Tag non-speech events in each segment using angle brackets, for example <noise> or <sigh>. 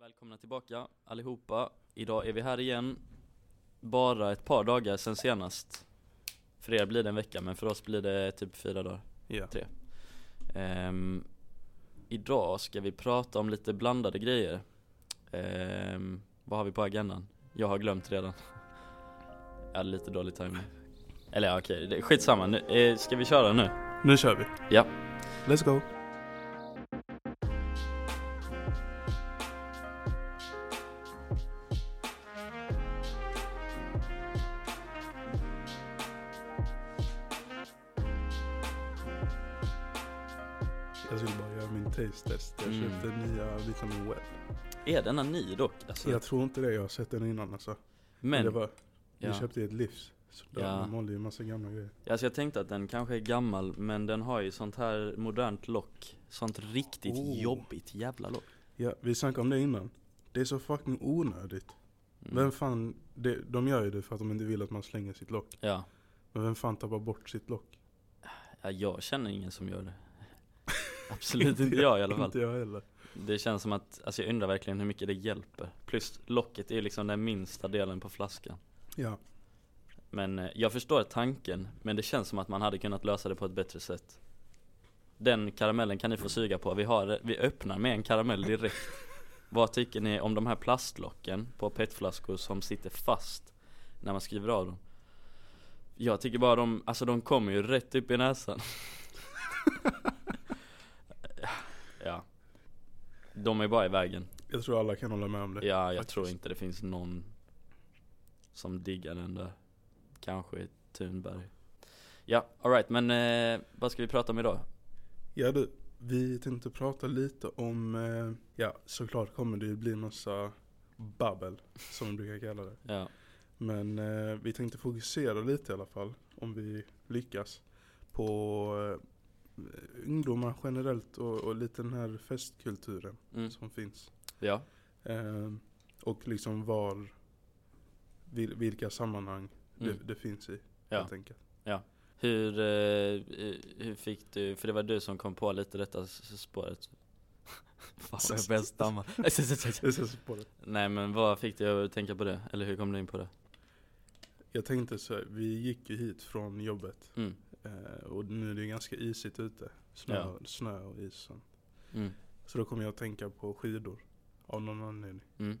Välkomna tillbaka allihopa. Idag är vi här igen. Bara ett par dagar sen senast. För er blir det en vecka men för oss blir det typ fyra dagar. Ja. Tre. Ehm, idag ska vi prata om lite blandade grejer. Ehm, vad har vi på agendan? Jag har glömt redan. <laughs> Jag hade lite dålig timing. Eller ja, okej, det- skitsamma. Nu, eh, ska vi köra nu? Nu kör vi. Ja. Let's go. Jag skulle bara göra min taste test. Jag Mm. köpte nya Vitamin Well. Är denna ny dock? Alltså, Jag tror inte det. Jag har sett den innan alltså. Men det men, var, ja. vi köpte i ett livs. Så där, Ja. de håller ju en massa gamla grejer. Alltså jag tänkte att den kanske är gammal men den har ju sånt här modernt lock Sånt riktigt Oh. jobbigt jävla lock Ja, vi snackade om det innan. Det är så fucking onödigt. Mm. Vem fan, det, de gör ju det för att de inte vill att man slänger sitt lock. Ja. Men vem fan tappar bort <laughs> sitt lock? ja, jag känner ingen som gör <laughs> det Absolut inte jag i alla fall Inte jag heller. Det känns som att, alltså jag undrar verkligen hur mycket det hjälper Plus locket är ju liksom den minsta delen på flaskan Ja, Men eh, jag förstår tanken Men det känns som att man hade kunnat lösa det på ett bättre sätt Den karamellen kan ni få suga på Vi, har, vi öppnar med en karamell direkt Vad tycker ni om de här plastlocken på petflaskor som sitter fast när man skriver av dem? Jag tycker bara de, alltså de kommer ju rätt upp i näsan Ja De är bara i vägen jag tror alla kan hålla med om det. Ja, jag faktiskt. tror inte det finns någon som diggar den där. Kanske Thunberg. Ja, alright, men eh, vad ska vi prata om idag? Ja du, vi tänkte prata lite om, eh, ja såklart kommer det ju bli massa babbel, som vi brukar kalla det. Ja, Men eh, vi tänkte fokusera lite i alla fall, om vi lyckas, på eh, ungdomar generellt och, och lite den här festkulturen mm, som finns. ja, Eh, och liksom var, vil, vilka sammanhang mm. det, det finns i Ja. helt enkelt. Hur, eh, eh, hur fick du, för det var du som kom på lite detta s- spåret. <laughs> Fan vad Alltså, jag börjar stamma. Jag, ser så på det. <laughs> Nej men vad fick dig att tänka på det? Eller hur kom du in på det? jag tänkte så här, vi gick ju hit från jobbet Mm, eh, och nu är det ju ganska isigt ute. Snö, Ja. snö och is. och sånt. mm, Så då kom jag att tänka på skidor av någon anledning. mm,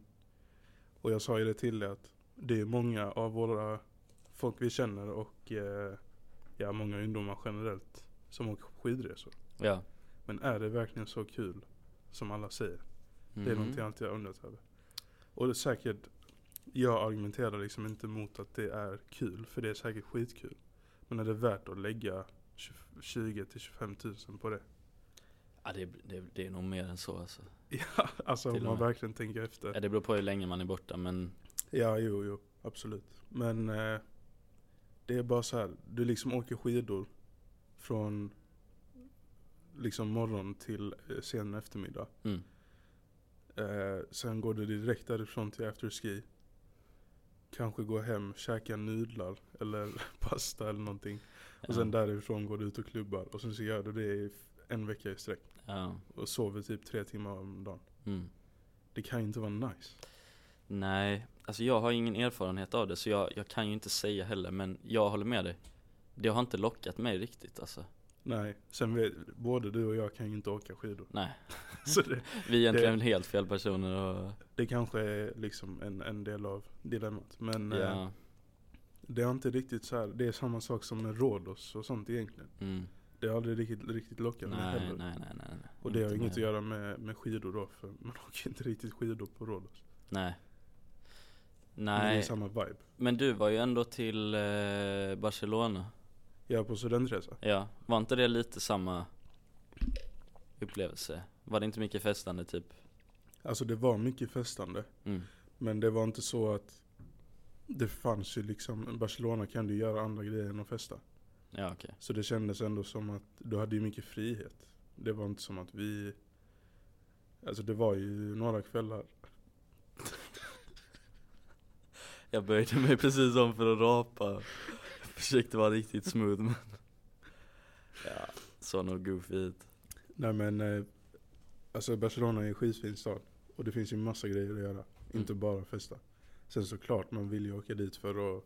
Och jag sa ju det till dig att det är många av våra folk vi känner och eh, ja, många ungdomar generellt som åker skidresor. ja. Men är det verkligen så kul som alla säger? Det är Mhm. någonting jag alltid har undrat över. Och det är säkert, jag argumenterar liksom inte mot att det är kul, för det är säkert skitkul. Men är det värt att lägga 20 till 25 tusen på det? <laughs> Ja, det, det, det är nog mer än så alltså. Ja, alltså Till om och man med. verkligen tänker efter. Ja, det beror på hur länge man är borta men, Ja, jo, jo, absolut. Men eh, det är bara så här, du liksom åker skidor från liksom morgon till eh, sen eftermiddag. mm, Eh, sen går du direkt därifrån till afterski. Kanske går hem, käkar nudlar eller <laughs> pasta eller någonting. ja, Och sen därifrån går du ut och klubbar. Och sen så gör du det i f- en vecka i sträck. ja, Och sover typ tre timmar om dagen. mm. Det kan ju inte vara nice. Nej, alltså jag har ingen erfarenhet av det så jag, jag kan ju inte säga heller men jag håller med dig. Det har inte lockat mig riktigt alltså. Nej, sen vet, både du och jag kan ju inte åka skidor. <laughs> Nej, Så det, vi är egentligen helt fel personer och det kanske är liksom en, en del av dilemmat. Men eh, ja, det är inte riktigt så här. det är samma sak som med Rhodos och sånt egentligen. mm. Det har aldrig riktigt, riktigt lockat mig nej, heller. nej, nej, nej, nej. Och det har Inte ju inget att mer. göra med, med skidor då, för man <laughs> åker inte riktigt skidor på Rhodos. Nej. Men Det är Nej, samma vibe. men du var ju ändå till eh, Barcelona. Jag är på studentresa. Ja, var inte det lite samma upplevelse? Var det inte mycket festande typ? Alltså det var mycket festande, Mm. men det var inte så att det fanns ju liksom, Barcelona kan du göra andra grejer än att festa. Ja, okej. Så det kändes ändå som att du hade ju mycket frihet. Det var inte som att vi, alltså det var ju några kvällar. Jag böjde mig precis om för att rapa Jag försökte vara riktigt smooth men Ja, såg nog goofy ut Nej men, eh, alltså Barcelona är en skitfin stad. Och det finns ju massa grejer att göra. Mm. Inte bara festa. Sen såklart, man vill ju åka dit för att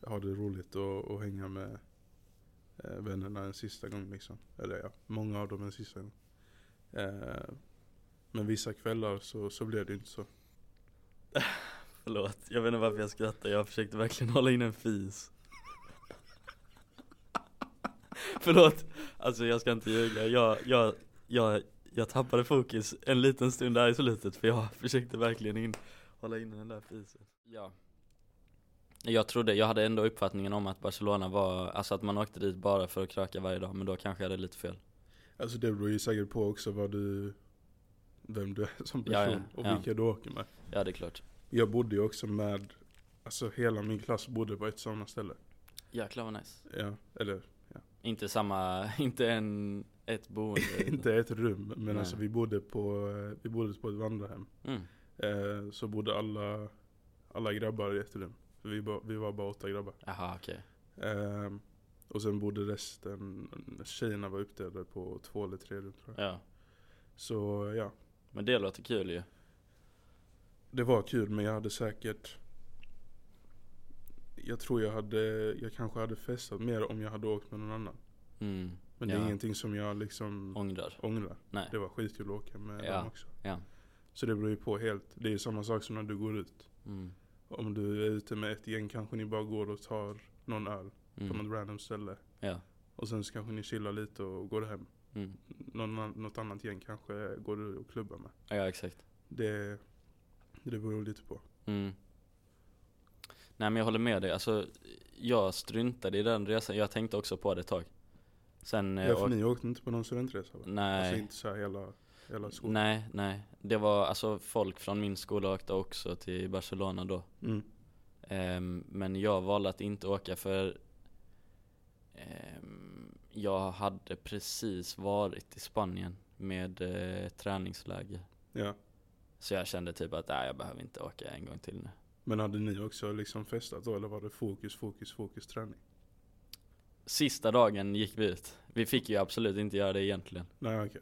ha det roligt och, och hänga med eh, vännerna en sista gång liksom. Eller ja, många av dem en sista gång. Eh, men vissa kvällar så, så blev det ju inte så. Förlåt, jag vet inte varför jag skrattar. Jag försökte verkligen hålla in en fis. Förlåt, alltså jag ska inte ljuga. Jag, jag, jag, jag tappade fokus en liten stund där i slutet för jag försökte verkligen in, hålla in den där fisen. Ja. Jag trodde, jag hade ändå uppfattningen om att Barcelona var, alltså att man åkte dit bara för att kröka varje dag, men då kanske jag hade lite fel. Alltså det beror ju säkert på också vad du, vem du är som person Ja, ja, och ja. vilka du åker med. Ja, det är klart. Jag bodde ju också med, alltså hela min klass bodde på ett samma ställe. Jäklar vad nice. Ja, eller Inte samma, <laughs> inte en, ett boende. <laughs> inte ett rum, men Mm. Nej. alltså vi bodde på, eh, vi bodde på ett vandrarhem. Mm. Eh, så bodde alla, alla grabbar i ett rum. För vi, ba, vi var bara åtta grabbar. Jaha, okej. Eh, och sen bodde resten, tjejerna var uppdelade på två eller tre rum tror jag. Ja. Så ja, Men det låter kul ju. det var kul men jag hade säkert jag tror jag hade, jag kanske hade festat mer om jag hade åkt med någon annan. Mm. Men det är Ja. ingenting som jag liksom Ångrar. ångrar. Nej. Det var skitkul att åka med Ja, dem också. ja. Så det beror ju på helt. Det är ju samma sak som när du går ut. Mm. Om du är ute med ett gäng kanske ni bara går och tar någon öl på Mm. något random ställe. Ja. Och sen så kanske ni chillar lite och går hem. Mm. Någon, annan- något annat gäng kanske går du och klubbar med. Ja, exakt. Det, det beror lite på. Mm. Nej men jag håller med dig. Alltså, jag struntade i den resan. Jag tänkte också på det ett tag. Sen... eh, ja, för och, ni åkte inte på någon studentresa va? Alltså nej. inte så här hela, hela skolan? nej, nej. Det var alltså folk från min skola åkte också till Barcelona då. Mm. Ehm, men jag valde att inte åka för ehm, jag hade precis varit i Spanien med eh, träningsläger. Ja. Så jag kände typ att nej, jag behöver inte åka en gång till nu. Men hade ni också liksom festat då eller var det fokus, fokus, fokus träning? Sista dagen gick vi ut. Vi fick ju absolut inte göra det egentligen. Nej okej.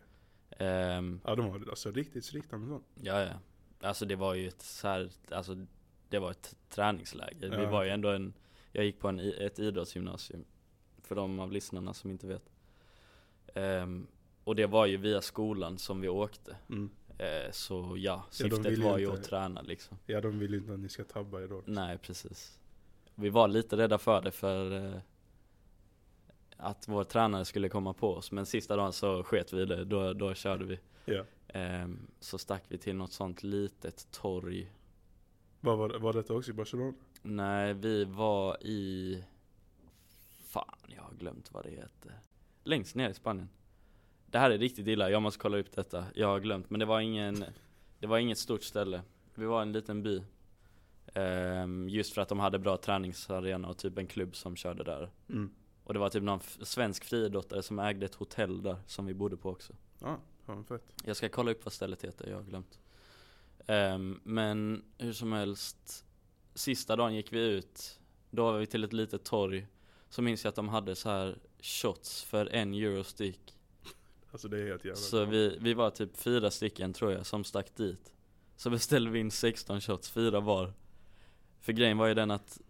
Ehm, Ja de var alltså riktigt strikta med sånt. ja, ja. Alltså det var ju ett så här, alltså det var ett träningsläger. Vi Ja. var ju ändå en, jag gick på en, i- ett idrottsgymnasium. För de av lyssnarna som inte vet. Ehm, och det var ju via skolan som vi åkte. Mm. Eh, så ja, Ja, de syftet vill ju var ju inte- att träna liksom. Ja de vill ju inte att ni ska tabba er då. Nej, precis. Vi var lite rädda för det för eh, att vår tränare skulle komma på oss. Men sista dagen så sket vi i det, då, då körde vi. Ja. Ehm, så stack vi till något sånt litet torg. Var, var, var detta också i Barcelona? Nej, vi var i... Fan, jag har glömt vad det heter. Längst ner i Spanien. Det här är riktigt illa, jag måste kolla upp detta. Jag har glömt, men det var ingen... Det var inget stort ställe. Vi var i en liten by. Ehm, just för att de hade bra träningsarena och typ en klubb som körde där. Mm. Och det var typ någon f- svensk friidrottare som ägde ett hotell där som vi bodde på också. Ja, fan fett. Jag ska kolla upp vad stället heter, jag har glömt. Ehm, men hur som helst, sista dagen gick vi ut. Då var vi till ett litet torg. Så minns jag att de hade så här shots för en euro styck. Alltså det är helt jävla Så bra. vi, vi var typ fyra stycken tror jag som stack dit. Så beställde vi in 16 shots, fyra var. För grejen var ju den att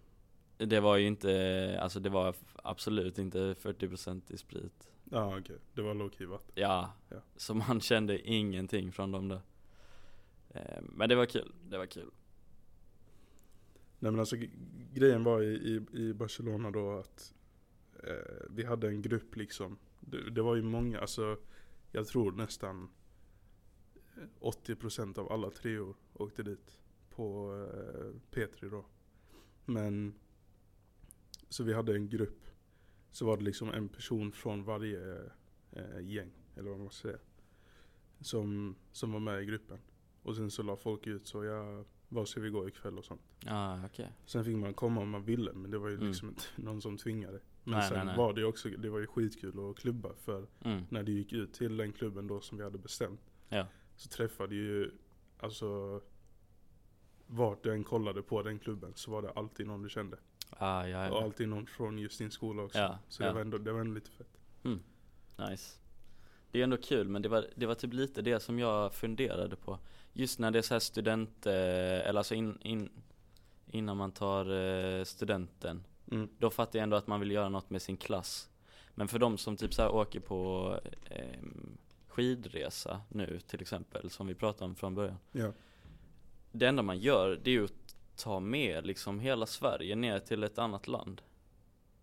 det var ju inte, alltså det var absolut inte 40% i sprit. Ja okej, det var low-key vatten. Ja, Ja. så man kände ingenting från dem där. Eh, Men det var kul, det var kul. Nej men alltså g- grejen var i, i, i Barcelona då att eh, vi hade en grupp liksom. Det, det var ju många, alltså jag tror nästan 80% av alla treor åkte dit på eh, P3 då. Men så vi hade en grupp. Så var det liksom en person från varje eh, gäng, eller vad man ska säga. Som, som var med i gruppen. Och sen så la folk ut så, ja, var ska vi gå ikväll och sånt. Ah, okej. Sen fick man komma om man ville men det var ju Mm. liksom inte <laughs> någon som tvingade. Men Nej, sen nej, nej. var det ju också, det var ju skitkul att klubba för Mm. när det gick ut till den klubben då som vi hade bestämt. Ja. Så träffade ju, alltså vart du än kollade på den klubben så var det alltid någon du kände. Ah, ja, Och ja. alltid någon från just din skola också. Ja, så ja. det, var ändå, det var ändå lite fett. Nice. Det är ändå kul, men det var, det var typ lite det som jag funderade på. just när det är så här student, eh, eller alltså in, in, innan man tar eh, studenten. Mm. Då fattar jag ändå att man vill göra något med sin klass. Men för de som typ så här åker på ehm, skidresa nu till exempel, som vi pratade om från början. Ja. Det enda man gör det är ju att ta med liksom hela Sverige ner till ett annat land. <laughs>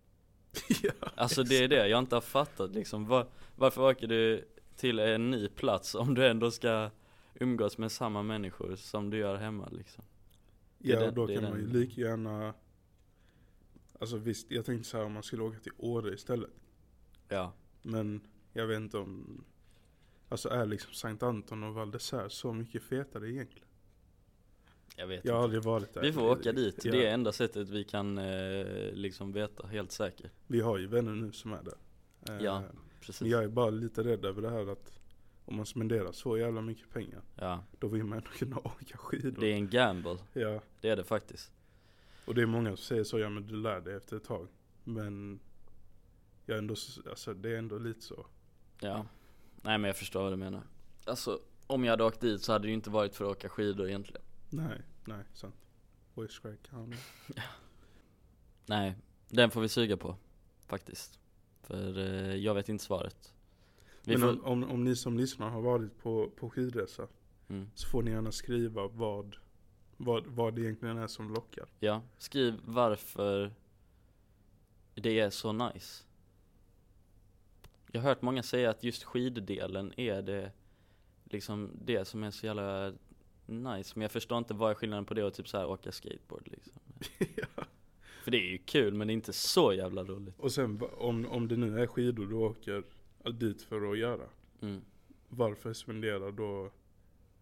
ja. Alltså det är det jag inte har fattat liksom. Var, varför åker du till en ny plats om du ändå ska umgås med samma människor som du gör hemma liksom? Det är Ja, den- då det är kan man ju den- lika gärna Alltså visst, jag tänkte så här om man skulle åka till Åre istället. Ja, Men jag vet inte om Alltså är liksom Sankt Anton och Val d'Isère så mycket fetare egentligen? jag vet Jag har inte. aldrig varit där. Vi får åka dit, Ja, det är enda sättet vi kan eh, liksom veta helt säkert. Vi har ju vänner nu som är där. Eh, Ja, Men Precis. jag är bara lite rädd över det här att om man spenderar så jävla mycket pengar, Ja, då vill man ändå kunna <laughs> åka skidor. det är en gamble. Ja, Det är det faktiskt. och det är många som säger så, ja men du lär dig efter ett tag. Men jag är ändå, s- alltså det är ändå lite så. Ja. Nej men jag förstår vad du menar. Alltså, om jag hade åkt dit så hade det ju inte varit för att åka skidor egentligen. Nej, nej, sant. Voice crack County. Nej, den får vi suga på. Faktiskt. För eh, jag vet inte svaret. Vi Men får... om, om, om ni som lyssnar har varit på, på skidresa Mm. så får ni gärna skriva vad, vad, vad det egentligen är som lockar. <laughs> Ja, skriv varför det är så nice. Jag har hört många säga att just skiddelen är det liksom det som är så jävla nice. Men jag förstår inte vad är skillnaden på det och typ så här åka skateboard liksom. Ja. För det är ju kul men det är inte så jävla roligt. Och sen va- om, om det nu är skidor du åker dit för att göra. Mm. Varför spenderar då,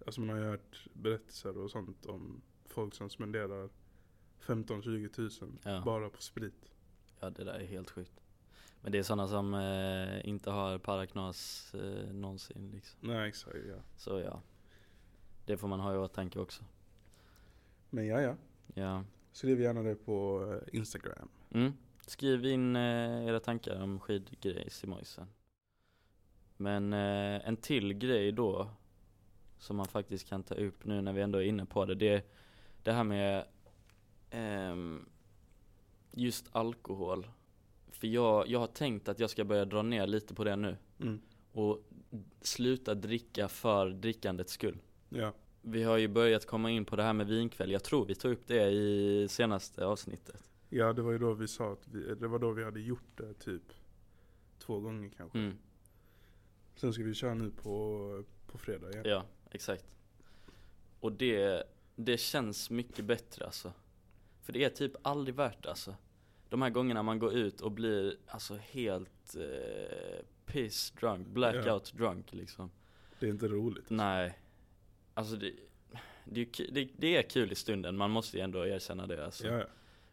alltså man har ju hört berättelser och sånt om folk som spenderar 15-20 tusen Ja. bara på sprit. ja, det där är helt sjukt. Men det är sådana som eh, inte har paraknas eh, någonsin liksom. Nej exakt ja. Så ja, det får man ha i åtanke också. Men ja ja, Ja. skriv gärna det på eh, Instagram. Mm. Skriv in eh, era tankar om skidgrejs i mojsen. Men eh, en till grej då som man faktiskt kan ta upp nu när vi ändå är inne på det. Det, det här med ehm, just alkohol. För jag, jag har tänkt att jag ska börja dra ner lite på det nu Mm. och sluta dricka för drickandets skull. Ja, Vi har ju börjat komma in på det här med vinkväll. Jag tror vi tog upp det i senaste avsnittet. ja det var ju då vi sa att vi, det var då vi hade gjort det typ två gånger kanske. Mm. Sen ska vi köra nu på, på fredag igen. Ja, exakt. Och det, det känns mycket bättre alltså. För det är typ aldrig värt det, alltså. De här gångerna man går ut och blir alltså helt eh, piss drunk, blackout drunk liksom. Det är inte Mm. roligt. Nej. Alltså det, det, är ju ku- det, det är kul i stunden, man måste ju ändå erkänna det alltså. Ja, ja.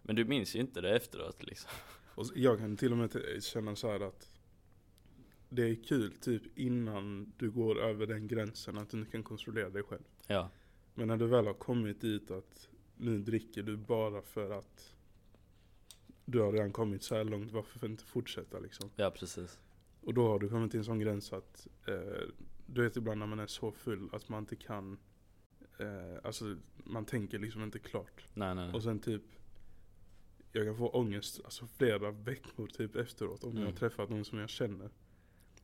Men du minns ju inte det efteråt liksom. Och s- jag kan till och med t- känna så här att det är kul typ innan du går över den gränsen att du inte kan kontrollera dig själv. Ja, Men när du väl har kommit dit att nu dricker du bara för att du har redan kommit så här långt, varför inte fortsätta liksom? ja precis. Och då har du kommit till en sån gräns att eh, du vet ibland när man är så full att man inte kan, eh, alltså man tänker liksom inte klart. Nej nej nej. Och sen typ Jag kan få ångest alltså flera veckor typ efteråt om jag Mm. har träffat någon som jag känner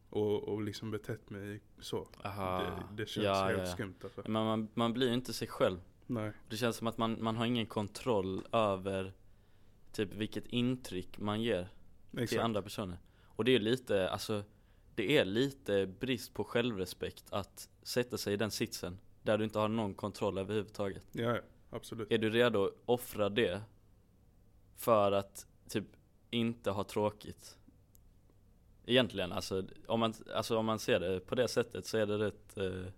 Och, och liksom betett mig så Aha. det, det känns Ah. ja, helt ja, Mm. ja. skumt alltså. Men man, man blir ju inte sig själv. Nej, Det känns som att man, man har ingen kontroll över typ vilket intryck man ger till exakt andra personer. Och det är lite, alltså det är lite brist på självrespekt att sätta sig i den sitsen där du inte har någon kontroll överhuvudtaget. Ja, ja absolut Är du redo att offra det för att typ inte ha tråkigt? Egentligen, alltså om man, alltså, om man ser det på det sättet så är det rätt eh,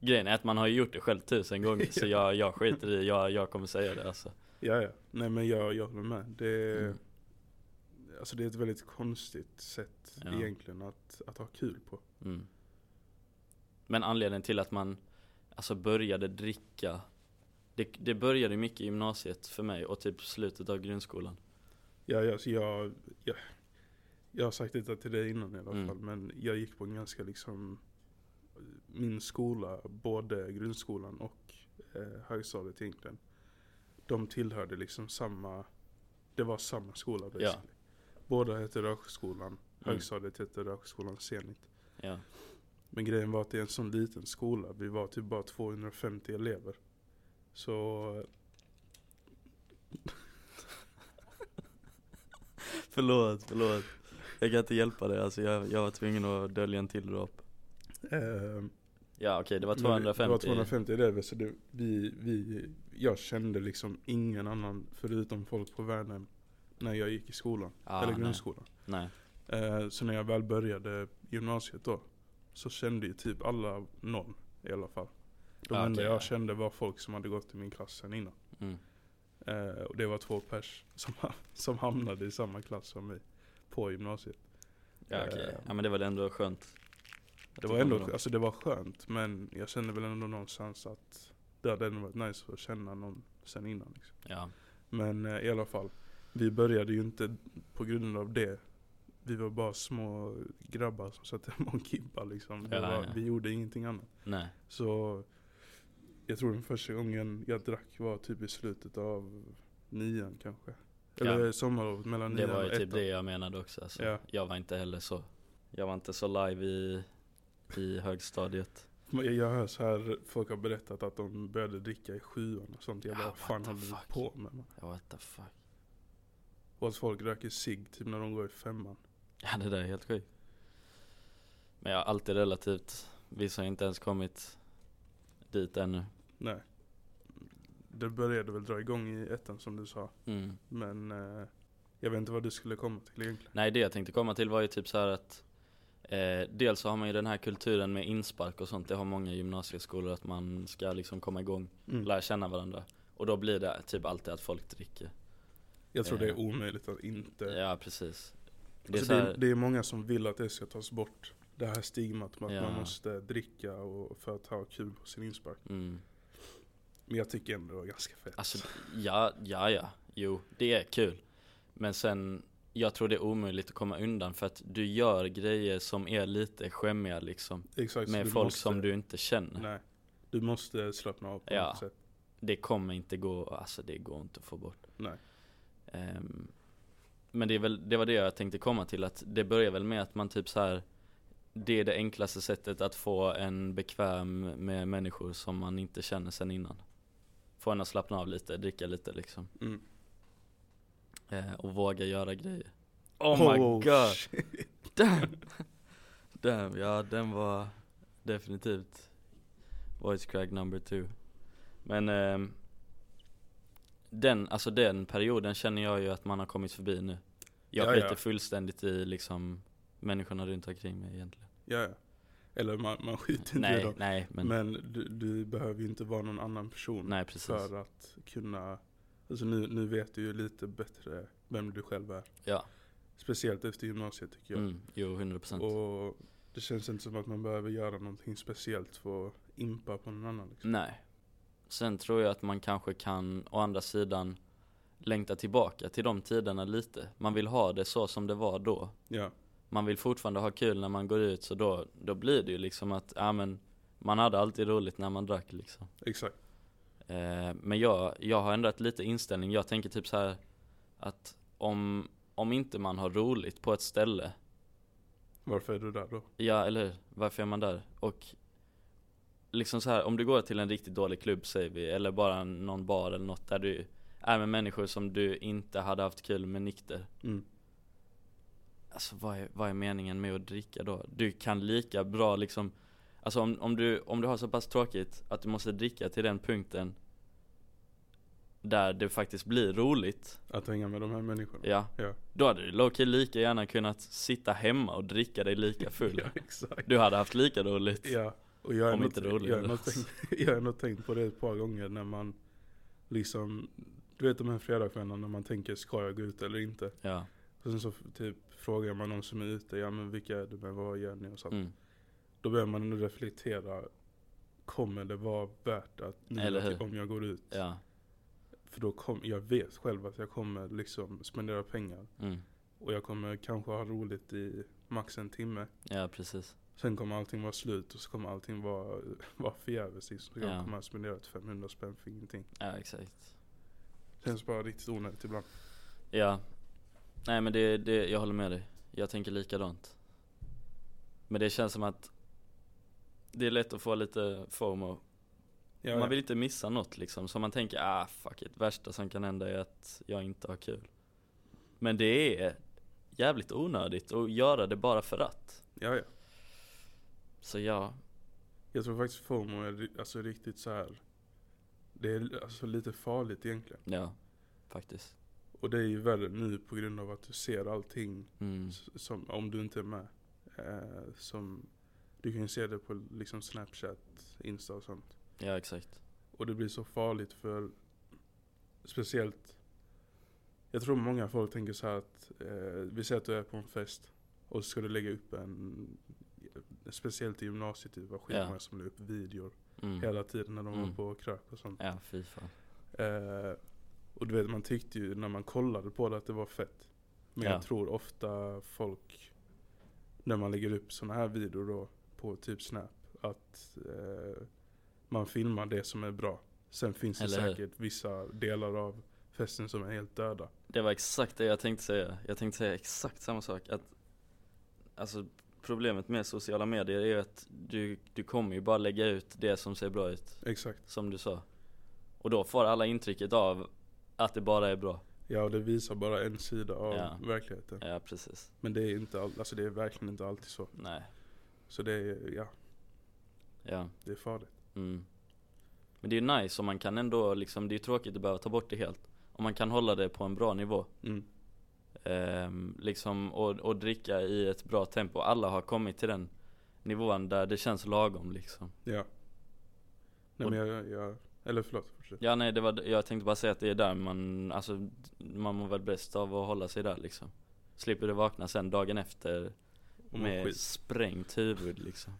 Grejen är att man har ju gjort det själv tusen gånger så jag, jag skiter i jag, jag kommer säga det alltså. Ja, ja Nej men jag, jag håller med det, Mm. Alltså det är ett väldigt konstigt sätt Ja. egentligen att, att ha kul på Mm. Men anledningen till att man alltså började dricka det, det började mycket i gymnasiet för mig och typ slutet av grundskolan. Ja, ja, så jag, jag, jag har sagt detta till dig innan i alla Mm. fall, men jag gick på en ganska liksom min skola, både grundskolan och eh, högstadiet egentligen. De tillhörde liksom samma, det var samma skola basically. Båda hette Röksskolan, högstadiet hette Röksskolan Zenit. Mm, Ja, Men grejen var att det är en sån liten skola, vi var typ bara 250 elever. Så förlåt, förlåt Jag kan inte hjälpa dig, alltså jag, jag var tvungen att dölja en till drop eh, Ja okej, det var Men vi- 250 Det var 250 elever så det, vi, vi, jag kände liksom ingen annan förutom folk på Värnhem när jag gick i skolan, ah, eller nej. grundskolan. nej, Eh, så när jag väl började gymnasiet då, så kände ju typ alla någon i alla fall. De Ah, enda okej, ja. jag kände var folk som hade gått i min klass sen innan. mm. Eh, och det var två pers som, <laughs> som hamnade i samma klass som mig på gymnasiet. ja, okej. Eh, ja men det var ändå skönt Att Det du var kom ändå, med dem. alltså det var skönt men jag kände väl ändå någonstans att det hade ändå varit nice att känna någon sen innan. Liksom. Ja, Men eh, i alla fall, vi började ju inte på grund av det. Vi var bara små grabbar som satt hemma och gibbade liksom. Det Ja, var, ja. Vi gjorde ingenting annat. nej, Så jag tror den första gången jag drack var typ i slutet av nian kanske. Eller sommarlovet mellan det nian var ju och typ ettan. det jag menade också alltså. Ja. Jag var inte heller så Jag var inte så live i, i högstadiet Men Jag hör så här, folk har berättat att de började dricka i sjuan och sånt. Jag Ja, bara, what vad fan the håller fuck?" du på med? Man? Ja, what the fuck Och att folk röker cigg typ när de går i femman. Ja det där är helt sjukt Men jag har alltid relativt Vissa har inte ens kommit dit ännu Nej. Det började väl dra igång i ettan som du sa. mm. Men eh, jag vet inte vad du skulle komma till egentligen. Nej det jag tänkte komma till var ju typ så här att eh, Dels så har man ju den här kulturen med inspark och sånt Det har många gymnasieskolor att man ska liksom komma igång Lära känna varandra Och då blir det typ alltid att folk dricker Jag tror det Eh. är omöjligt att inte. Ja precis Det det, är alltså, så det, här, är, det är många som vill att det ska tas bort. Det här stigmat med att Ja. man måste dricka och för att ha kul på sin inspark. mm. Men jag tycker ändå det var ganska fett. Alltså ja, ja, ja, jo, det är kul. Men sen, jag tror det är omöjligt att komma undan för att du gör grejer som är lite skämmiga liksom. Exakt, så Med Alltså, du folk måste- som du inte känner. Nej. Du måste slappna av på Ja. något sätt. Det kommer inte gå, alltså det går inte att få bort. Nej. Ehm, men det, är väl, det var det jag tänkte komma till, att det börjar väl med att man typ så här det är det enklaste sättet att få en bekväm med människor som man inte känner sen innan. Få en att slappna av lite, dricka lite liksom. Mm. Eh, och våga göra grejer. Oh my god! shit. Damn! <laughs> Damn, ja den var definitivt voice crack number two Men ehm, den, alltså den perioden känner jag ju att man har kommit förbi nu Jag Ja, skiter ja. fullständigt i liksom människorna runt omkring mig <laughs> egentligen Ja, ja. Eller man, man skiter inte i Nej, dem. nej men, Men, du, du behöver ju inte vara någon annan person nej precis för att kunna Alltså nu, nu vet du ju lite bättre vem du själv är. Ja, Speciellt efter gymnasiet tycker jag. mm, jo 100% procent Och det känns inte som att man behöver göra någonting speciellt för att impa på någon annan. Liksom. Nej Sen tror jag att man kanske kan, å andra sidan längta tillbaka till de tiderna lite Man vill ha det så som det var då Ja, man vill fortfarande ha kul när man går ut så då, då blir det ju liksom att, ja men man hade alltid roligt när man drack liksom. exakt. Eh, men jag, jag har ändrat lite inställning, jag tänker typ så här att om, om inte man har roligt på ett ställe, Varför är du där då? ja eller hur? varför är man där? Och liksom så här, om du går till en riktigt dålig klubb säger vi, eller bara någon bar eller något där du är med människor som du inte hade haft kul med nykter. Mm. Alltså vad är, vad är meningen med att dricka då? Du kan lika bra liksom Alltså om, om, du, om du har så pass tråkigt att du måste dricka till den punkten Där det faktiskt blir roligt Att hänga med de här människorna. Ja, Ja. <laughs> då hade du lowkey lika gärna kunnat sitta hemma och dricka dig lika full <laughs> ja, exakt. Du hade haft lika roligt Ja, och jag Om har inte roligare. jag, har nog tänkt, <laughs> jag har nog tänkt på det ett par gånger när man liksom, du vet de här fredagskvällarna när man tänker ska jag gå ut eller inte? Ja, Och sen så f- typ frågar man någon som är ute, ja men vilka är du med, vad gör ni och sånt. mm. Då börjar man ändå reflektera, kommer det vara värt att nu Eller hur? om jag går ut? ja, För då kom, jag vet själv att jag kommer liksom spendera pengar mm. och jag kommer kanske ha roligt i max en timme. ja precis Sen kommer allting vara slut och så kommer allting vara, <laughs> vara förgäves. liksom. Så jag Ja. kommer ha spenderat 500 spänn för ingenting. Ja exakt Känns bara riktigt onödigt ibland. Ja Nej men det, det, jag håller med dig Jag tänker likadant Men det känns som att Det är lätt att få lite FOMO Ja, Man ja. vill inte missa något liksom Så man tänker ah fuck it Värsta som kan hända är att jag inte har kul Men det är jävligt onödigt att göra det bara för att ja, ja. Så ja Jag tror faktiskt FOMO är ri- alltså riktigt så här. Det är alltså lite farligt egentligen. Ja, faktiskt. Och det är ju värre nu på grund av att du ser allting Mm. s- som, om du inte är med. Eh, som, du kan ju se det på liksom Snapchat, Insta och sånt. Ja, exakt. Och det blir så farligt för speciellt Jag tror många folk tänker så här att eh, vi säger att du är på en fest och så ska du lägga upp en Speciellt i gymnasiet, det var skitmånga Ja. som la upp videor Mm. hela tiden när de var Mm. på krök och sånt. Ja, fy fan. Eh, och du vet man tyckte ju när man kollade på det att det var fett. Men Ja. jag tror ofta folk när man lägger upp sådana här videor då på typ Snap att eh, man filmar det som är bra. Sen finns det Eller hur? säkert vissa delar av festen som är helt döda. Det var exakt det jag tänkte säga. Jag tänkte säga exakt samma sak. Att, alltså, problemet med sociala medier är ju att du, du kommer ju bara lägga ut det som ser bra ut, Exakt. som du sa. Och då får alla intrycket av att det bara är bra. Ja och det visar bara en sida av Ja. verkligheten. Ja, precis. Men det är, inte all, alltså det är verkligen inte alltid så. Nej. Så det är, ja, Ja. det är farligt. Mm. Men det är ju nice om man kan ändå liksom, det är ju tråkigt att behöva ta bort det helt. Om man kan hålla det på en bra nivå. Mm. Ehm, liksom, och, och dricka i ett bra tempo. Alla har kommit till den nivån där det känns lagom liksom. Ja. Nej Och- men jag, jag, eller förlåt. fortsätt. Ja nej, det var, jag tänkte bara säga att det är där man, alltså, man mår väl bäst av att hålla sig där liksom. Slipper du vakna sen dagen efter Om med skit. sprängt huvud <laughs> liksom.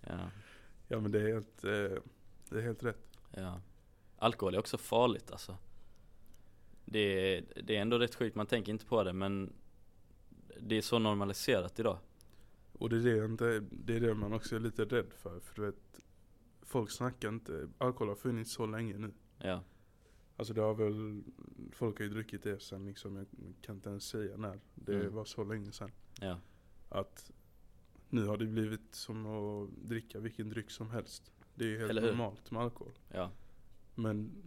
ja, Ja men det är helt, eh, det är helt rätt. ja. Alkohol är också farligt alltså. Det är, det är ändå rätt sjukt, man tänker inte på det men det är så normaliserat idag. Och det är det, jag inte, det är det man också är lite rädd för. För du vet, folk snackar inte, alkohol har funnits så länge nu. Ja, Alltså det har väl, folk har ju druckit det sen liksom, jag kan inte ens säga när. Det Mm. var så länge sen. ja, Att nu har det blivit som att dricka vilken dryck som helst. Det är ju helt Eller hur? normalt med alkohol. ja, Men,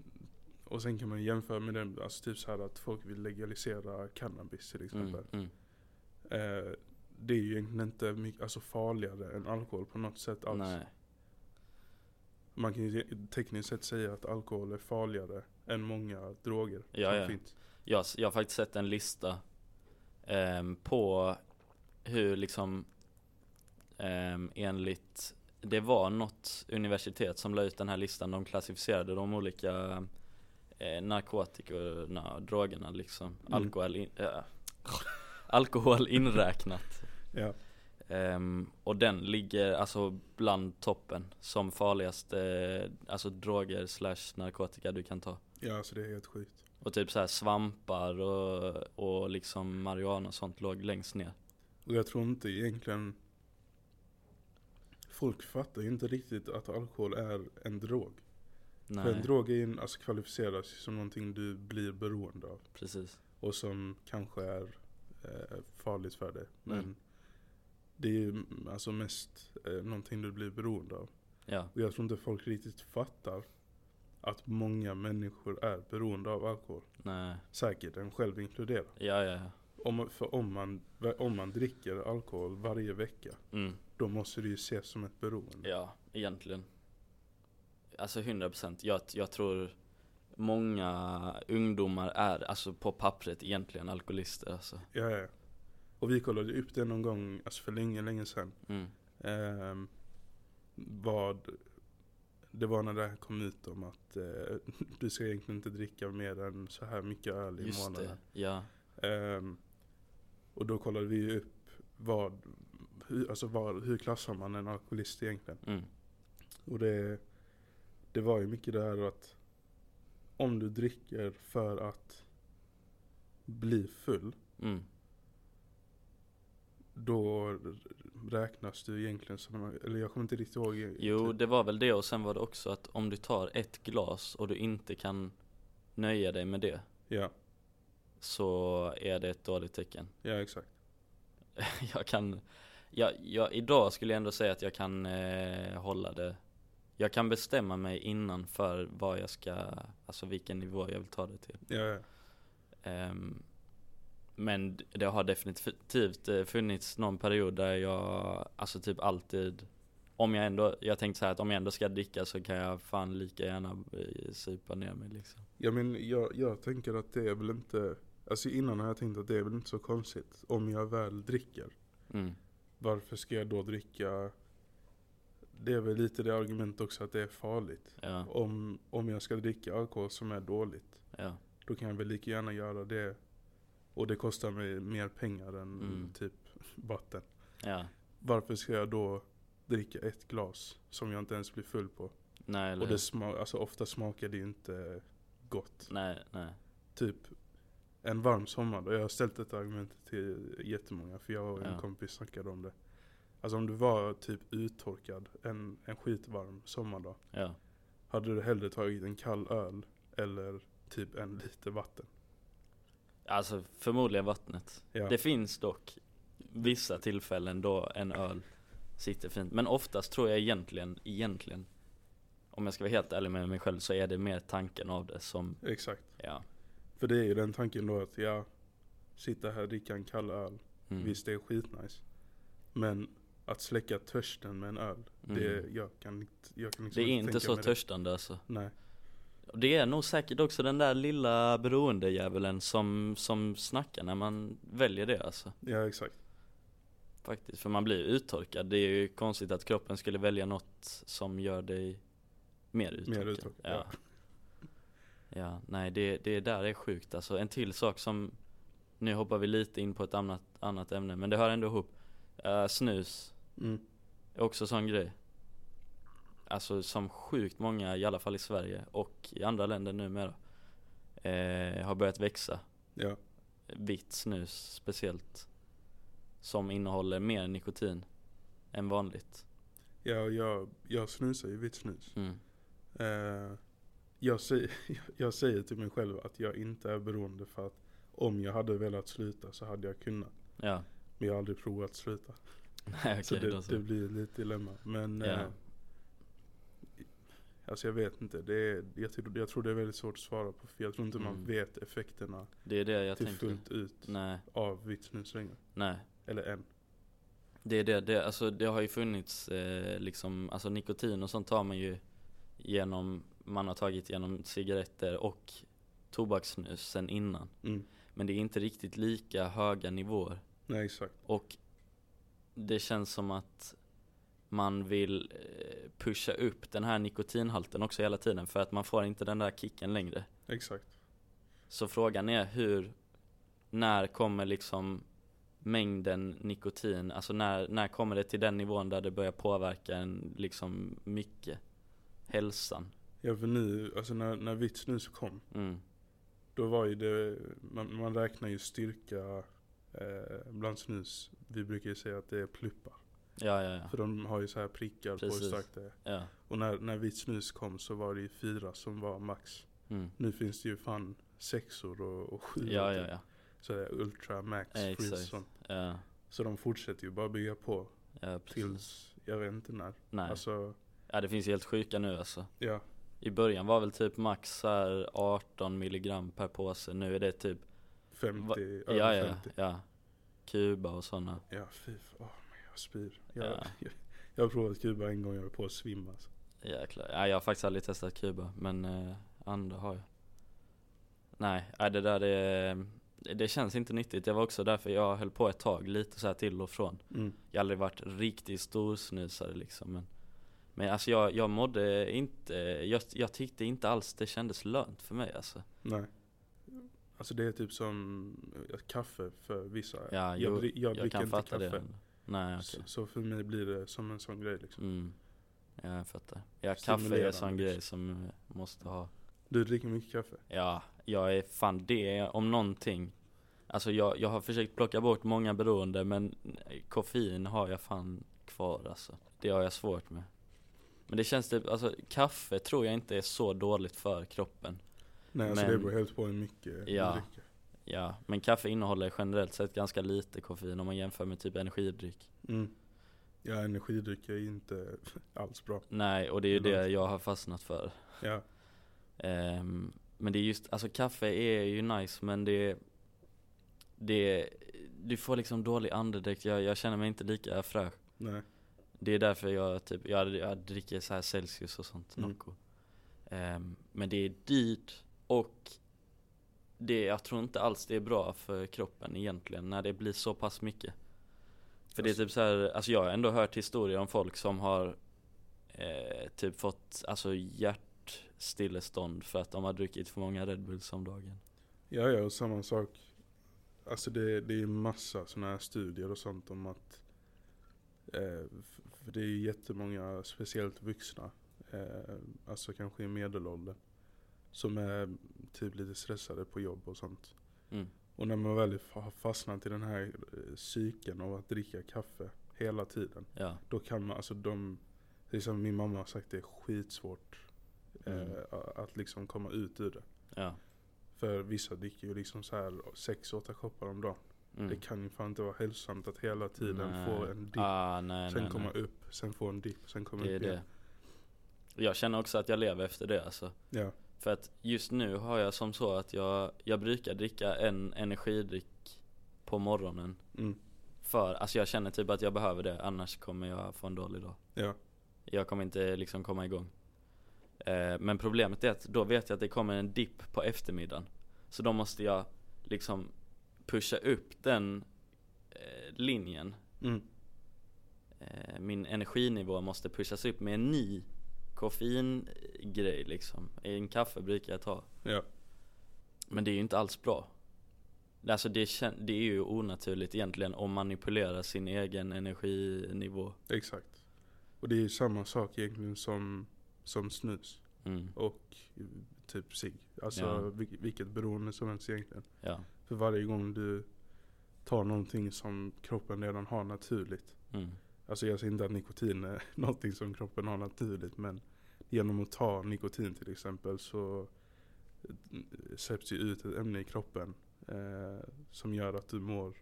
och sen kan man jämföra med den, alltså typ så här att folk vill legalisera cannabis till exempel. mm, mm. Eh, det är ju egentligen inte mycket, alltså farligare än alkohol på något sätt alls. nej. Man kan ju tekniskt sett säga att alkohol är farligare än många droger Ja, som ja. finns. Jag, har- jag har faktiskt sett en lista ehm, på hur liksom um, enligt det var något universitet som la ut den här listan. De klassificerade de olika eh, narkotikorna och drogerna liksom. Mm. Alkohol, in, eh, <laughs> alkohol inräknat. Ja. Ehm, och den ligger alltså bland toppen som farligaste eh, alltså droger slash narkotika du kan ta. ja, alltså det är helt sjukt. Och typ så här svampar och, och liksom marijuana och sånt låg längst ner. Och jag tror inte egentligen Folk fattar ju inte riktigt att alkohol är en drog. För en Nej, drog är ju en, alltså kvalificeras ju som någonting du blir beroende av. precis. Och som kanske är eh, farligt för dig. Men Mm. det är ju mm, alltså mest eh, någonting du blir beroende av. Ja, Och jag tror inte folk riktigt fattar att många människor är beroende av alkohol. nej, Säkert en själv inkluderad. ja, ja, ja. Om, för om man, om man dricker alkohol varje vecka, Mm. då måste det ju ses som ett beroende. Ja, egentligen. Alltså 100%. Jag, jag tror många ungdomar är, alltså på pappret egentligen alkoholister alltså. Ja, ja. Och vi kollade upp det någon gång, alltså för länge, länge sedan. Mm. Ehm, vad det var när det här kom ut om att eh, <laughs> du ska egentligen inte dricka mer än så här mycket öl i Just månaden. det, ja. Ehm, och då kollade vi ju upp vad, hur, alltså vad, hur klassar man en alkoholist egentligen? Mm. Och det, det var ju mycket det här att om du dricker för att bli full Mm. Då räknas du egentligen som, eller jag kommer inte riktigt ihåg. Jo, egentligen. det var väl det och sen var det också att om du tar ett glas och du inte kan nöja dig med det Ja, så är det ett dåligt tecken. ja exakt. <laughs> Jag kan, jag, jag, idag skulle jag ändå säga att jag kan eh, hålla det. Jag kan bestämma mig innan för vad jag ska, alltså vilken nivå jag vill ta det till. Ja, ja. Ehm, men d- det har definitivt eh, funnits någon period där jag, alltså typ alltid om jag ändå, jag tänkte så här att om jag ändå ska dricka så kan jag fan lika gärna eh, supa ner mig liksom. ja men jag, jag tänker att det är väl inte, alltså innan har jag tänkt att det är väl inte så konstigt. Om jag väl dricker, Mm. varför ska jag då dricka? Det är väl lite det argumentet också att det är farligt. Ja, Om, om jag ska dricka alkohol som är dåligt, ja, då kan jag väl lika gärna göra det. Och det kostar mig mer pengar än Mm. typ vatten. ja. Varför ska jag då dricka ett glas som jag inte ens blir full på? Nej eller Och det sma- alltså ofta smakar det ju inte gott. Nej, nej. Typ en varm sommar. Och jag har ställt detta argumentet till jättemånga. För jag och en Ja. kompis snackade om det. Alltså om du var typ uttorkad en, en skitvarm sommardag. Ja, Hade du hellre tagit en kall öl eller typ en liter vatten? alltså förmodligen vattnet. Ja. Det finns dock vissa tillfällen då en öl sitter fint. Men oftast tror jag egentligen, egentligen, om jag ska vara helt ärlig med mig själv så är det mer tanken av det som, Exakt. ja. För det är ju den tanken då att jag sitter här och dricker en kall öl. Mm. Visst det är skitnice. Men att släcka törsten med en öl. Mm. Det, jag kan, inte- jag kan det liksom är inte tänka så mig törstande alltså. Det. Nej. Och Det är nog säkert också den där lilla beroendedjävulen som, som snackar när man väljer det alltså. Ja exakt. Faktiskt, för man blir ju uttorkad. Det är ju konstigt att kroppen skulle välja något som gör dig mer uttorkad. uttorkad, ja. ja. ja, nej det, det där är sjukt alltså. En till sak som, nu hoppar vi lite in på ett annat, annat ämne, men det hör ändå ihop. Eh, snus, Mm. är också sån grej. Alltså som sjukt många, i alla fall i Sverige och i andra länder numera, eh, har börjat växa Ja. vitt snus speciellt som innehåller mer nikotin än vanligt. Ja, jag, jag snusar ju vitt snus. Mm. Eh, jag, säger, <laughs> jag säger till mig själv att jag inte är beroende för att om jag hade velat sluta så hade jag kunnat. Ja, <laughs> Men jag har aldrig provat att sluta. nej så okej. det, då så. det blir lite dilemma. Men Ja. eh, Alltså jag vet inte. Det är, jag, tror, jag tror det är väldigt svårt att svara på. För jag tror inte man Mm. vet effekterna det är det jag till tänker. fullt ut Nej, av vitt snus längre. nej. Eller än. Det är det, det, alltså det har ju funnits eh, liksom, alltså nikotin och sånt tar man ju genom, man har tagit genom cigaretter och tobakssnus sen innan. Mm. Men det är inte riktigt lika höga nivåer. Nej exakt. Och det känns som att man vill eh, pusha upp den här nikotinhalten också hela tiden för att man får inte den där kicken längre. Exakt. Så frågan är hur, när kommer liksom mängden nikotin, alltså när, när kommer det till den nivån där det börjar påverka en liksom mycket? Hälsan. Ja för nu, alltså när, när vitt snus kom. Mm. Då var ju det, man, man räknar ju styrka eh, bland snus. Vi brukar ju säga att det är pluppar. Ja, ja, ja. För de har ju så här prickar på Precis. hur starkt det är. ja. Och när, när vitt snus kom så var det ju fyra som var max. Mm. Nu finns det ju fan sexor och, och sjuor. Ja, typ. ja, ja. Så det är ultra max Exakt. freeze och sånt. Ja, Så de fortsätter ju bara bygga på ja precis. tills, jag vet inte när. Nej. Alltså, Ja, det finns ju helt sjuka nu alltså. ja. I början var väl typ max så här 18 milligram per påse, nu är det typ 50, Va- över Ja ja 50. ja Kuba och sådana Ja fy fan, Åh, men jag spyr. Jag, Ja. <laughs> jag, har provat kuba en gång, jag var på att svimma. Alltså. Jäklar, ja, jag har faktiskt aldrig testat Kuba men eh, andra har jag Nej, ja, det där det, det känns inte nyttigt, det var också därför jag höll på ett tag lite så här till och från Mm. Jag har aldrig varit riktigt storsnusare liksom men Men alltså jag, jag mådde inte, jag, jag tyckte inte alls det kändes lönt för mig alltså Nej. Alltså det är typ som eh, kaffe för vissa. Ja, jag, jo, dri- jag Jag, dricker kan inte fatta kaffe. det Nej okej Så, så för mig blir det som en sån grej liksom. Mm. Ja, jag fattar. Ja, kaffe är en Stimulerande sån liksom. grej som eh, måste ha. Du dricker mycket kaffe? Ja, jag är fan det, är- om någonting. Alltså jag, jag har försökt plocka bort många beroende men koffein har jag fan kvar alltså. Det har jag svårt med. Men det känns typ, alltså kaffe tror jag inte är så dåligt för kroppen. Nej alltså Men- det beror helt på hur mycket Ja. du dricker. Ja, men kaffe innehåller generellt sett ganska lite koffein om man jämför med typ energidryck. Mm. Ja energidrycker är inte <laughs> alls bra. Nej, och det är ju Det låter- det jag har fastnat för. Ja. Ehm, men det är just, alltså kaffe är ju nice men det det, du får liksom dålig andedräkt, jag, jag känner mig inte lika fräsch. Nej. Det är därför jag typ, jag, jag dricker så här Celsius och sånt, Mm. Nocco. Ehm, men det är dyrt och det, jag tror inte alls det är bra för kroppen egentligen när det blir så pass mycket. För det är Alltså- typ så här, alltså jag har ändå hört historier om folk som har eh, typ fått alltså hjärtstillestånd för att de har druckit för många Red Bulls om dagen. Ja, ja, och samma sak. Alltså det, det är ju massa sådana här studier och sånt om att eh, f- för det är ju jättemånga, speciellt vuxna, eh, alltså kanske i medelåldern, som är typ lite stressade på jobb och sånt. Mm. Och när man väl fa- har fastnat i den här eh, cykeln av att dricka kaffe hela tiden, Ja, då kan man, alltså de, det är som min mamma har sagt, det är skitsvårt eh, Mm. a- att liksom komma ut ur det. ja. För vissa dricker ju liksom så här 6-8 koppar om dagen. Mm. Det kan ju fan inte vara hälsosamt att hela tiden Nej. få en dipp, Ah, nej, sen nej, komma nej. upp, sen få en dipp, sen komma Det är upp igen. det. Jag känner också att jag lever efter det alltså. Ja. För att just nu har jag som så att jag, jag brukar dricka en energidryck på morgonen. Mm. För, alltså jag känner typ att jag behöver det, annars kommer jag få en dålig dag. Ja. Jag kommer inte liksom komma igång. Eh, men problemet är att då vet jag att det kommer en dipp på eftermiddagen. Så då måste jag liksom pusha upp den eh, linjen. Mm. Eh, min energinivå måste pushas upp med en ny koffeingrej liksom. En kaffe brukar jag ta. Ja. Men det är ju inte alls bra. Alltså det, kän- det är ju onaturligt egentligen att manipulera sin egen energinivå. Exakt. Och det är ju samma sak egentligen som, som snus Mm, och eh, typ cigg. Alltså Ja. vil- vilket beroende som helst egentligen. ja. För varje gång du tar någonting som kroppen redan har naturligt Mm, Alltså jag säger inte att nikotin är <laughs> någonting som kroppen har naturligt men genom att ta nikotin till exempel så eh, släpps ju ut ett ämne i kroppen eh, som gör att du mår,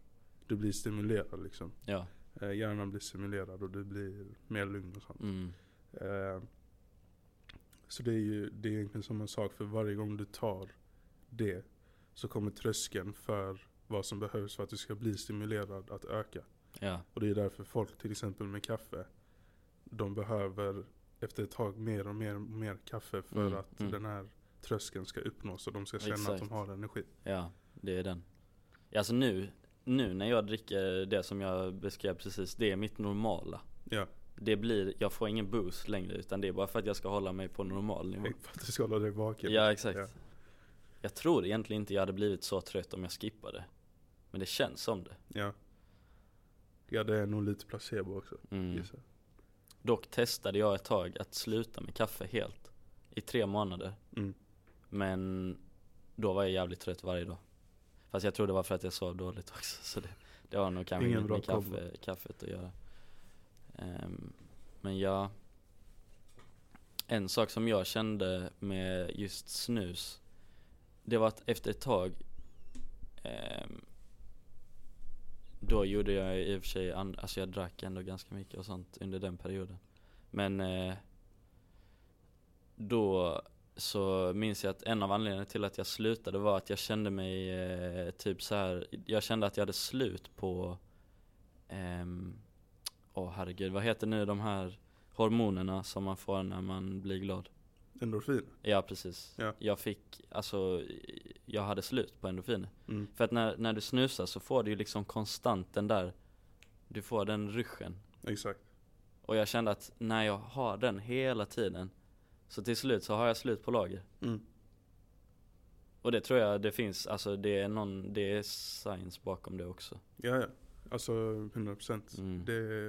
du blir stimulerad liksom. ja. Eh, hjärnan blir stimulerad och du blir mer lugn och sånt. Mm, Eh, så det är ju det är egentligen samma sak för varje gång du tar det så kommer tröskeln för vad som behövs för att du ska bli stimulerad att öka. ja. Och det är därför folk till exempel med kaffe, de behöver efter ett tag mer och mer och mer kaffe för Mm, att mm. den här tröskeln ska uppnås och de ska känna att de Exakt. har energi. Ja, det är den. Alltså nu, nu när jag dricker det som jag beskrev precis, det är mitt normala. Ja, Det blir, jag får ingen boost längre utan det är bara för att jag ska hålla mig på normal nivå. <laughs> för att du ska hålla dig vaken. Ja exakt. Ja. Jag tror egentligen inte jag hade blivit så trött om jag skippade. Men det känns som det. Ja. Ja, det är nog lite placebo också. Mm. gissar Dock testade jag ett tag att sluta med kaffe helt i tre månader. jag. Mm. Men då var jag jävligt trött varje dag. Fast jag tror det var för att jag sov dåligt också. Så det, det har nog kanske Ingen inget bra med kaffe, kombo. kaffet att göra. Ehm, men ja. En sak som jag kände med just snus. Det var att efter ett tag. ehm, då gjorde jag i och för sig, and- alltså jag drack ändå ganska mycket och sånt under den perioden. Men eh, då så minns jag att en av anledningarna till att jag slutade var att jag kände mig eh, typ så här. jag kände att jag hade slut på, ehm, åh herregud, vad heter nu de här hormonerna som man får när man blir glad? Endorfin. Ja precis. Ja. Jag fick, alltså, jag hade slut på endorfiner. Mm. För att när, när du snusar så får du ju liksom konstant den där, du får den ruschen. Exakt. Och jag kände att när jag har den hela tiden, så till slut så har jag slut på lager. Mm. Och det tror jag det finns, alltså det är någon, det är science bakom det också. Ja, ja. Alltså 100 procent. Mm. Det,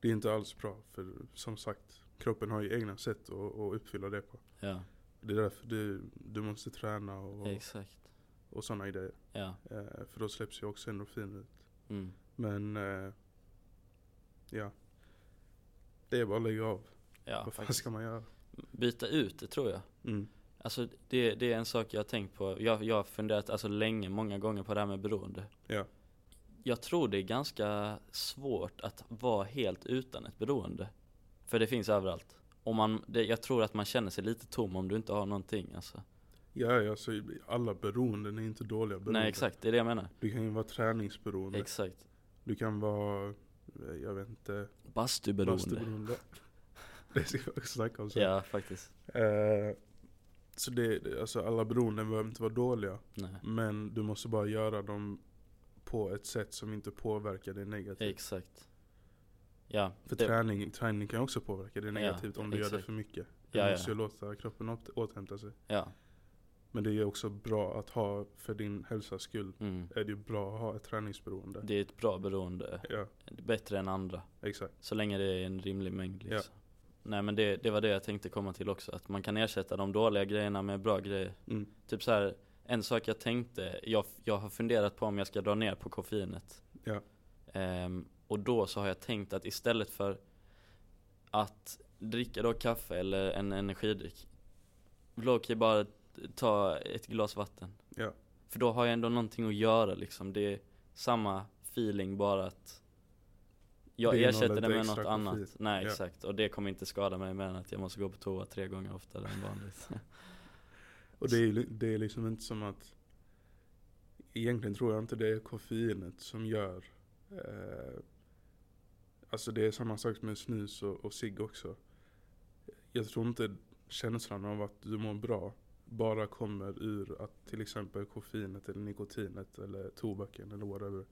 det är inte alls bra. För som sagt, kroppen har ju egna sätt att, att uppfylla det på. Ja, Det är därför du, du måste träna och exakt. och sådana grejer. Ja, Eh, för då släpps ju också endorfiner ut. mm. Men eh, ja. Det är bara att lägga av. ja Vad fan faktiskt. ska man göra? Byta ut det tror jag. Mm. Alltså det, det är en sak jag har tänkt på. Jag, jag har funderat alltså, länge, många gånger på det här med beroende. Ja. Jag tror det är ganska svårt att vara helt utan ett beroende. För det finns överallt. Och man, det, jag tror att man känner sig lite tom om du inte har någonting alltså. Ja, ja, så alla beroenden är inte dåliga beroenden. Nej exakt, det är det jag menar. Du kan ju vara träningsberoende. Exakt. du kan vara, eh, jag vet inte, Bastuberoende. <laughs> bastuberoende. Det ska vi också snacka om sen. Ja faktiskt. Eh, så det, det- alltså alla beroenden behöver inte vara dåliga. Nej. Men du måste bara göra dem på ett sätt som inte påverkar dig negativt. Exakt. Ja, För det- träning, träning kan också påverka dig Ja, negativt om du gör det exakt. för mycket. Du Ja, ja. måste ju låta kroppen åt- återhämta sig. ja. Men det är också bra att ha, för din hälsas skull, Mm. är det ju bra att ha ett träningsberoende. Det är ett bra beroende. Ja, Bättre än andra. exakt. Så länge det är en rimlig mängd Ja. liksom. Nej men det, det var det jag tänkte komma till också, att man kan ersätta de dåliga grejerna med bra grejer. Mm. Typ så här, en sak jag tänkte, jag, jag har funderat på om jag ska dra ner på koffeinet. Ja. Ehm, och då så har jag tänkt att istället för att dricka då kaffe eller en energidryck, låt mig bara ta ett glas vatten. Ja. För då har jag ändå någonting att göra liksom, det är samma feeling bara att jag Det innehåller ersätter det inte med något extra koffein. annat. Nej Ja. exakt, och det kommer inte skada mig mer än att jag måste gå på toa tre gånger oftare än <laughs> vanligt. Och det är, ju li- det är liksom inte som att Egentligen tror jag inte det är koffeinet som gör eh, Alltså det är samma sak med snus och, och cigg också Jag tror inte känslan av att du mår bra bara kommer ur att till exempel koffeinet eller nikotinet eller tobaken eller whatever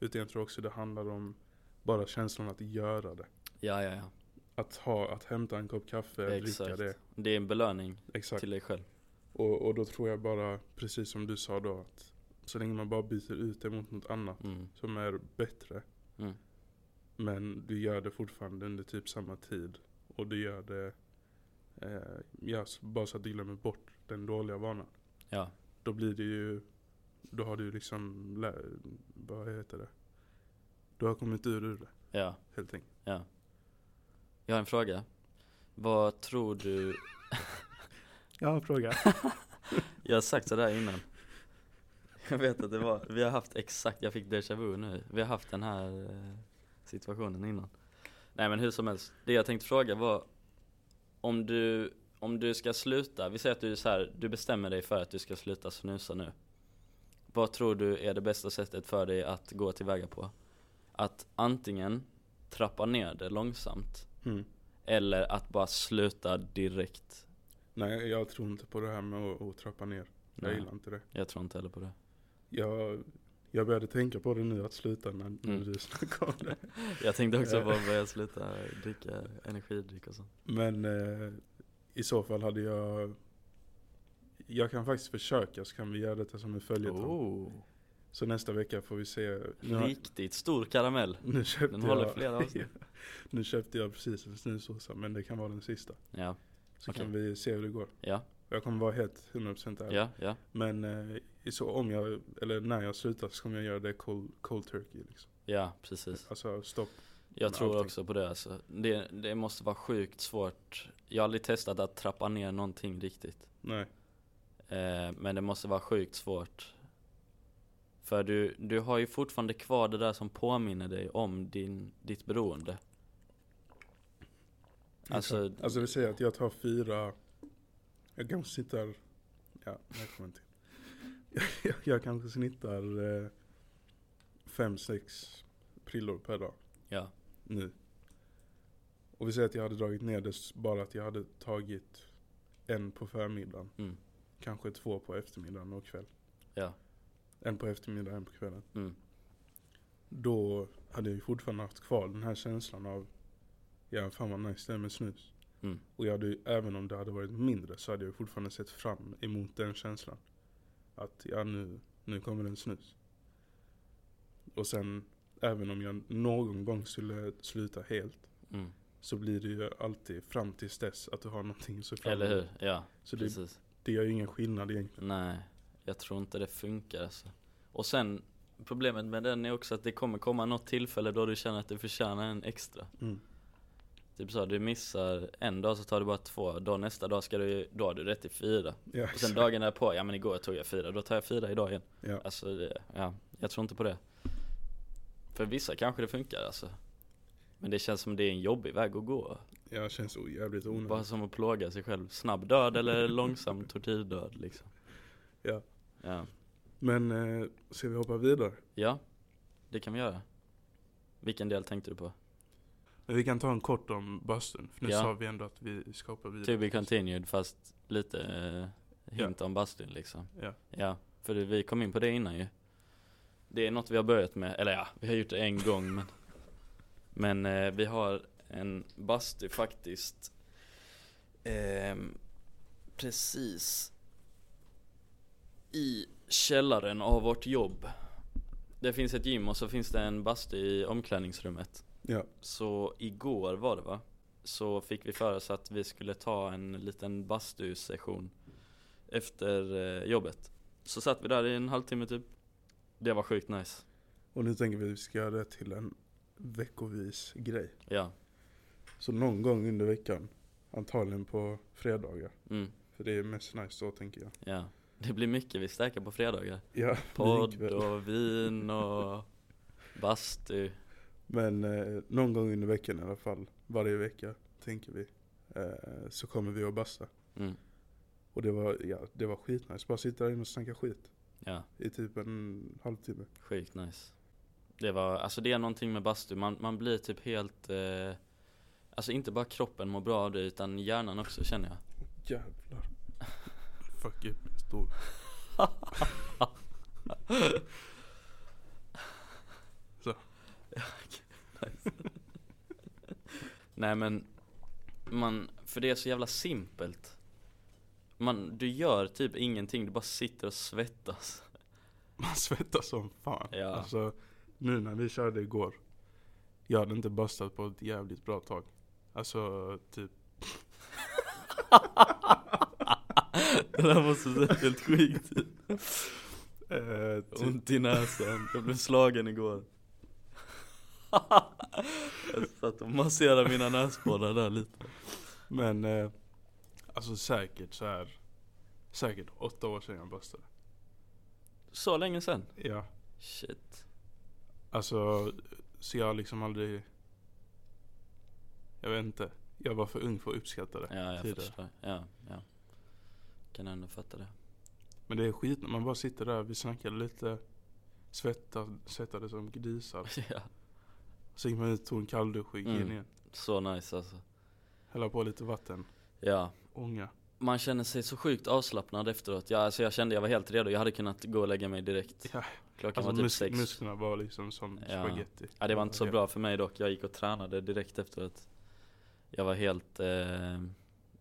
Utan jag tror också det handlar om bara känslan att göra det ja ja ja, Att, ha, att hämta en kopp kaffe, dricka exakt. det Det är en belöning Exakt till dig själv. Och, och då tror jag bara, precis som du sa då, att så länge man bara byter ut det mot något annat Mm. som är bättre. Mm. Men du gör det fortfarande under typ samma tid. Och du gör det eh, ja, s- bara så att du glömmer bort den dåliga vanan. Ja, Då blir det ju, då har du liksom, lä- vad heter det? Du har kommit ur, ur det ja, helt enkelt. ja. Jag har en fråga. Vad tror du? Jag har en fråga. <laughs> Jag har sagt sådär innan. Jag vet att det var, vi har haft exakt, jag fick déjà vu nu. Vi har haft den här eh, situationen innan. Nej men hur som helst, det jag tänkte fråga var om du, om du ska sluta, vi säger att du är så här, du bestämmer dig för att du ska sluta snusa nu. Vad tror du är det bästa sättet för dig att gå tillväga på? Att antingen trappa ner det långsamt Mm. Eller att bara sluta direkt. Nej, jag tror inte på det här med att, att trappa ner. Jag Nej, gillar inte det. jag tror inte heller på det. Jag, jag började tänka på det nu att sluta när, när Mm. du snackade om det. Jag tänkte också Eh. bara börja sluta dricka energidryck och sånt. Men eh, i så fall hade jag... Jag kan faktiskt försöka så kan vi göra detta som en följetong. Oh, Så nästa vecka får vi se. Nu, har- riktigt stor karamell. nu, köpte, Den håller jag, flera <laughs> avsnitt. nu köpte jag precis en snusåsa men det kan vara den sista. Ja, Så Okej. kan vi se hur det går. ja, Jag kommer vara helt 100% ärlig. ja, ja, Men eh, i så, om jag, eller när jag slutar så kommer jag göra det cold, cold turkey. Liksom. ja, precis. Alltså stopp. Jag Men tror allting. också på det alltså. Det, det måste vara sjukt svårt. Jag har aldrig testat att trappa ner någonting riktigt. Nej. Eh, men det måste vara sjukt svårt. För du, du har ju fortfarande kvar det där som påminner dig om din, ditt beroende. Alltså, Exakt. Alltså vi säger att jag tar fyra, jag kanske snittar, ja det här kommer jag till. Jag, <laughs> jag kanske snittar eh, fem, sex prillor per dag ja, nu. Och vi säger att jag hade dragit ner det s- bara att jag hade tagit en på förmiddagen. Mm. Kanske två på eftermiddagen och kväll. Ja. En på eftermiddagen, en på kvällen. mm, Då hade jag ju fortfarande haft kvar den här känslan av Ja fan vad nice det är med snus. Mm. Och jag hade ju, även om det hade varit mindre så hade jag ju fortfarande sett fram emot den känslan. Att ja nu, nu kommer det en snus. Och sen även om jag någon gång skulle sluta helt mm. så blir det ju alltid fram tills dess att du har någonting så fram Eller emot. hur? Ja, Så det, precis. det gör ju ingen skillnad egentligen. Nej. Jag tror inte det funkar alltså. Och sen Problemet med den är också att det kommer komma något tillfälle då du känner att du förtjänar en extra. Mm. Typ så, du missar en dag så tar det bara två, då nästa dag ska du, då har du rätt till fyra. Ja, Och sen exakt. dagen därpå, ja men igår tog jag fyra, då tar jag fyra idag igen. <laughs> Ja. Alltså, det, ja, jag tror inte på det. För vissa kanske det funkar alltså. Men det känns som det är en jobbig väg att gå. Jag känns o- jävligt onödigt. Bara som att plåga sig själv. Snabb död eller långsam tortyrdöd liksom. Ja. Ja. Men eh, ska vi hoppa vidare? Ja, det kan vi göra. Vilken del tänkte du på? Men Vi kan ta en kort om bastun. För nu Ja. Typ, sa vi ändå att vi ska hoppa vidare. To be continued fast lite eh, hint om bastun liksom. Ja. Ja, för det- vi kom in på det innan ju. Det är något vi har börjat med, eller ja, vi har gjort det en gång men. Men eh, vi har en bastu faktiskt. ehm, precis i källaren av vårt jobb. Det finns ett gym och så finns det en bastu i omklädningsrummet. Ja. Så igår var det va? Så fick vi för oss att vi skulle ta en liten bastusession efter eh, jobbet. Så satt vi där i en halvtimme typ. Det var sjukt nice. Och nu tänker vi att vi ska göra det till en veckovis grej. Ja. Så någon gång under veckan. Antagligen på fredagar. Mm, För det är mest nice då tänker jag. ja. Det blir mycket vi stärker på fredagar. Ja, Podd vinkväll. och vin och bastu. Men eh, någon gång under veckan i alla fall. Varje vecka tänker vi. Eh, så kommer vi att basta. Mm, Och det var, ja, det var skitnice. Bara sitta där inne och snacka skit. ja, I typ en halvtimme. sjukt nice. Det var, alltså det är någonting med bastu. Man, man blir typ helt, eh, alltså inte bara kroppen mår bra av det utan hjärnan också känner jag. Jävlar. Fuck upp min stol. Nej men man, För det är så jävla simpelt man, Du gör typ ingenting, du bara sitter och svettas <laughs> Man svettas som fan. Ja. Alltså, nu när vi körde igår. Jag hade inte bastat på ett jävligt bra tag. Alltså, typ. Det där måste se helt sjukt ut. Eh, typ Ont i näsan, jag blev slagen igår <laughs> Jag satt och masserade mina näsborrar där lite men, eh, alltså säkert så här. Säkert åtta år sedan jag bastade. Så länge sen? Ja. Shit Alltså, så jag har liksom aldrig. Jag vet inte. Jag var för ung för att uppskatta det. Ja jag Tidigare. förstår, ja, ja Kan ändå fatta det <laughs> Men det är skit när man bara sitter där. Vi snackade lite. Svettade, svettade som grisar. Ja, Så gick man ut, tog en kalldusch och gick Mm. in igen. så nice alltså Hälla på lite vatten. Ja Ånga. Man känner sig så sjukt avslappnad efteråt. Ja, alltså jag kände jag var helt redo. Jag hade kunnat gå och lägga mig direkt. Ja. Klockan Alltså var typ mus- sex. musklerna var liksom som Ja. spaghetti. Ja, det var inte så <laughs> bra för mig dock. Jag gick och tränade direkt efteråt. Jag var helt... Eh,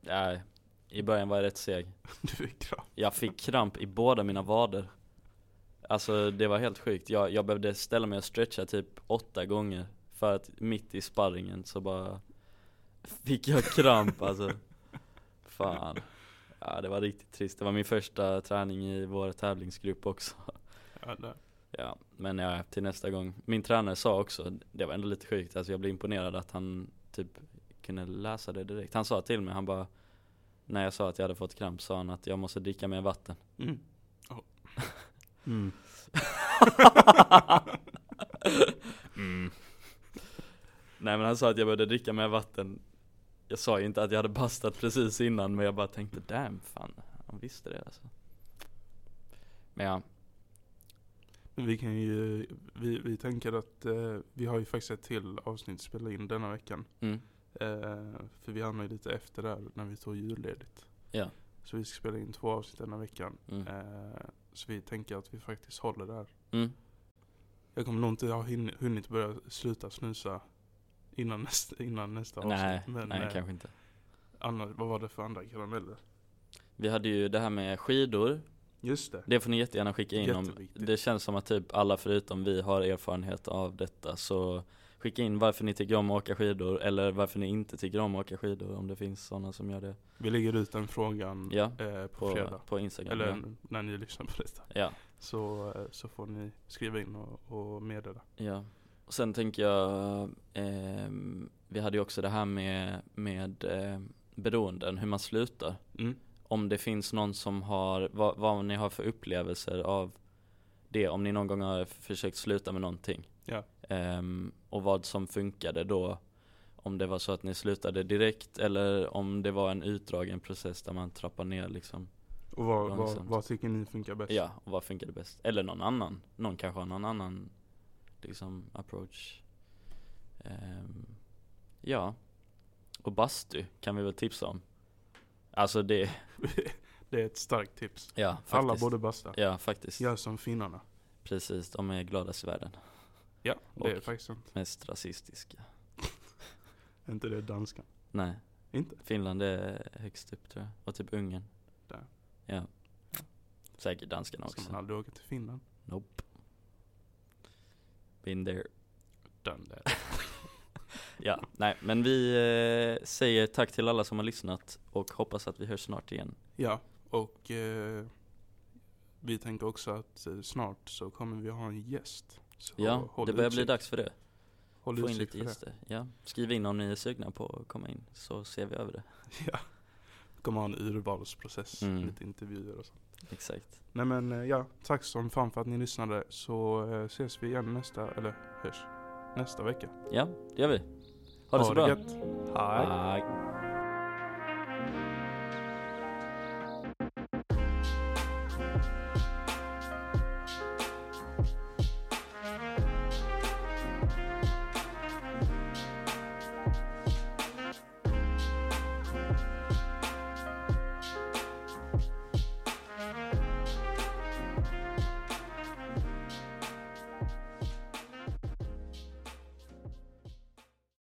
nej, I början var jag rätt seg. Du är kram. Jag fick kramp i båda mina vader. Alltså det var helt sjukt. Jag, jag behövde ställa mig och stretcha typ åtta gånger. För att mitt i sparringen så bara fick jag kramp alltså. Fan. Ja det var riktigt trist. Det var min första träning i vår tävlingsgrupp också. Ja, där. Ja, men ja, till nästa gång. Min tränare sa också, det var ändå lite sjukt, alltså jag blev imponerad att han typ kunde läsa det direkt. Han sa till mig, han bara, när jag sa att jag hade fått kramp sa han att jag måste dricka mer vatten. Mm. Ja. Mm. <laughs> Mm. Nej men han sa att jag behövde dricka mer vatten. Jag sa ju inte att jag hade bastat precis innan men jag bara tänkte damn fan, han visste det alltså. Men ja, Men Vi kan ju, vi, vi tänker att eh, vi har ju faktiskt ett till avsnitt att spela in denna veckan. mm, Eh, för vi hamnade ju lite efter där när vi tog julledigt. Ja. Så vi ska spela in två avsnitt denna veckan. mm, Eh, så vi tänker att vi faktiskt håller där. mm. Jag kommer nog inte ha hin- hunnit börja sluta snusa innan nästa, innan nästa nej, avsnitt. Men nej eh, kanske inte. annars, vad var det för andra karameller? Vi hade ju det här med skidor Just det. Det får ni jättegärna skicka in om Jätteviktigt. Det känns som att typ alla förutom vi har erfarenhet av detta så Skicka in varför ni tycker om att åka skidor eller varför ni inte tycker om att åka skidor om det finns sådana som gör det. Vi lägger ut den frågan Ja, eh, på, på, fredag. på Instagram. Eller ja. när ni lyssnar på detta. ja. Så, eh, så får ni skriva in och, och meddela. Ja, och sen tänker jag, ehm, vi hade ju också det här med, med eh, beroenden, hur man slutar. Mm. Om det finns någon som har, vad, vad ni har för upplevelser av det, om ni någon gång har försökt sluta med någonting. Ja. Ehm, och vad som funkade då, om det var så att ni slutade direkt eller om det var en utdragen process där man trappar ner liksom. Och vad, vad, Långsamt. vad tycker ni funkar bäst? Ja, och vad funkade bäst? Eller någon annan. Någon kanske har någon annan liksom approach. Ehm, ja. Och bastu kan vi väl tipsa om. Alltså det, <laughs> det är ett starkt tips. ja <laughs> faktiskt. Alla borde basta. Ja faktiskt. Gör som finnarna. Precis, de är gladast i världen. Ja, det är Och- faktiskt sant. Mest rasistiska. Är Inte det danskan. Nej, Inte? Finland är högst upp tror jag. Och typ Ungern. Där. Ja. Säkert danskarna Ska också. man aldrig åka till Finland? Nope. Been there. Den där. Ja, nej, men vi eh, säger tack till alla som har lyssnat och hoppas att vi hörs snart igen. <laughs> Ja, och eh, vi tänker också att eh, snart så kommer vi ha en gäst. Så Ja, håll det börjar bli utkik- dags för det. Håll Få in utkik lite för det. gäster. Ja, skriv in om ni är sugna på att komma in så ser vi över det. <laughs> Ja. Vi kommer ha en urvalsprocess, Mm. lite intervjuer och sånt. Exakt. Nej men eh, ja, tack som fan för att ni lyssnade. Så eh, ses vi igen nästa, eller hörs, nästa vecka. Ja, det gör vi. Ha det så bra. gött. Hej. Hej.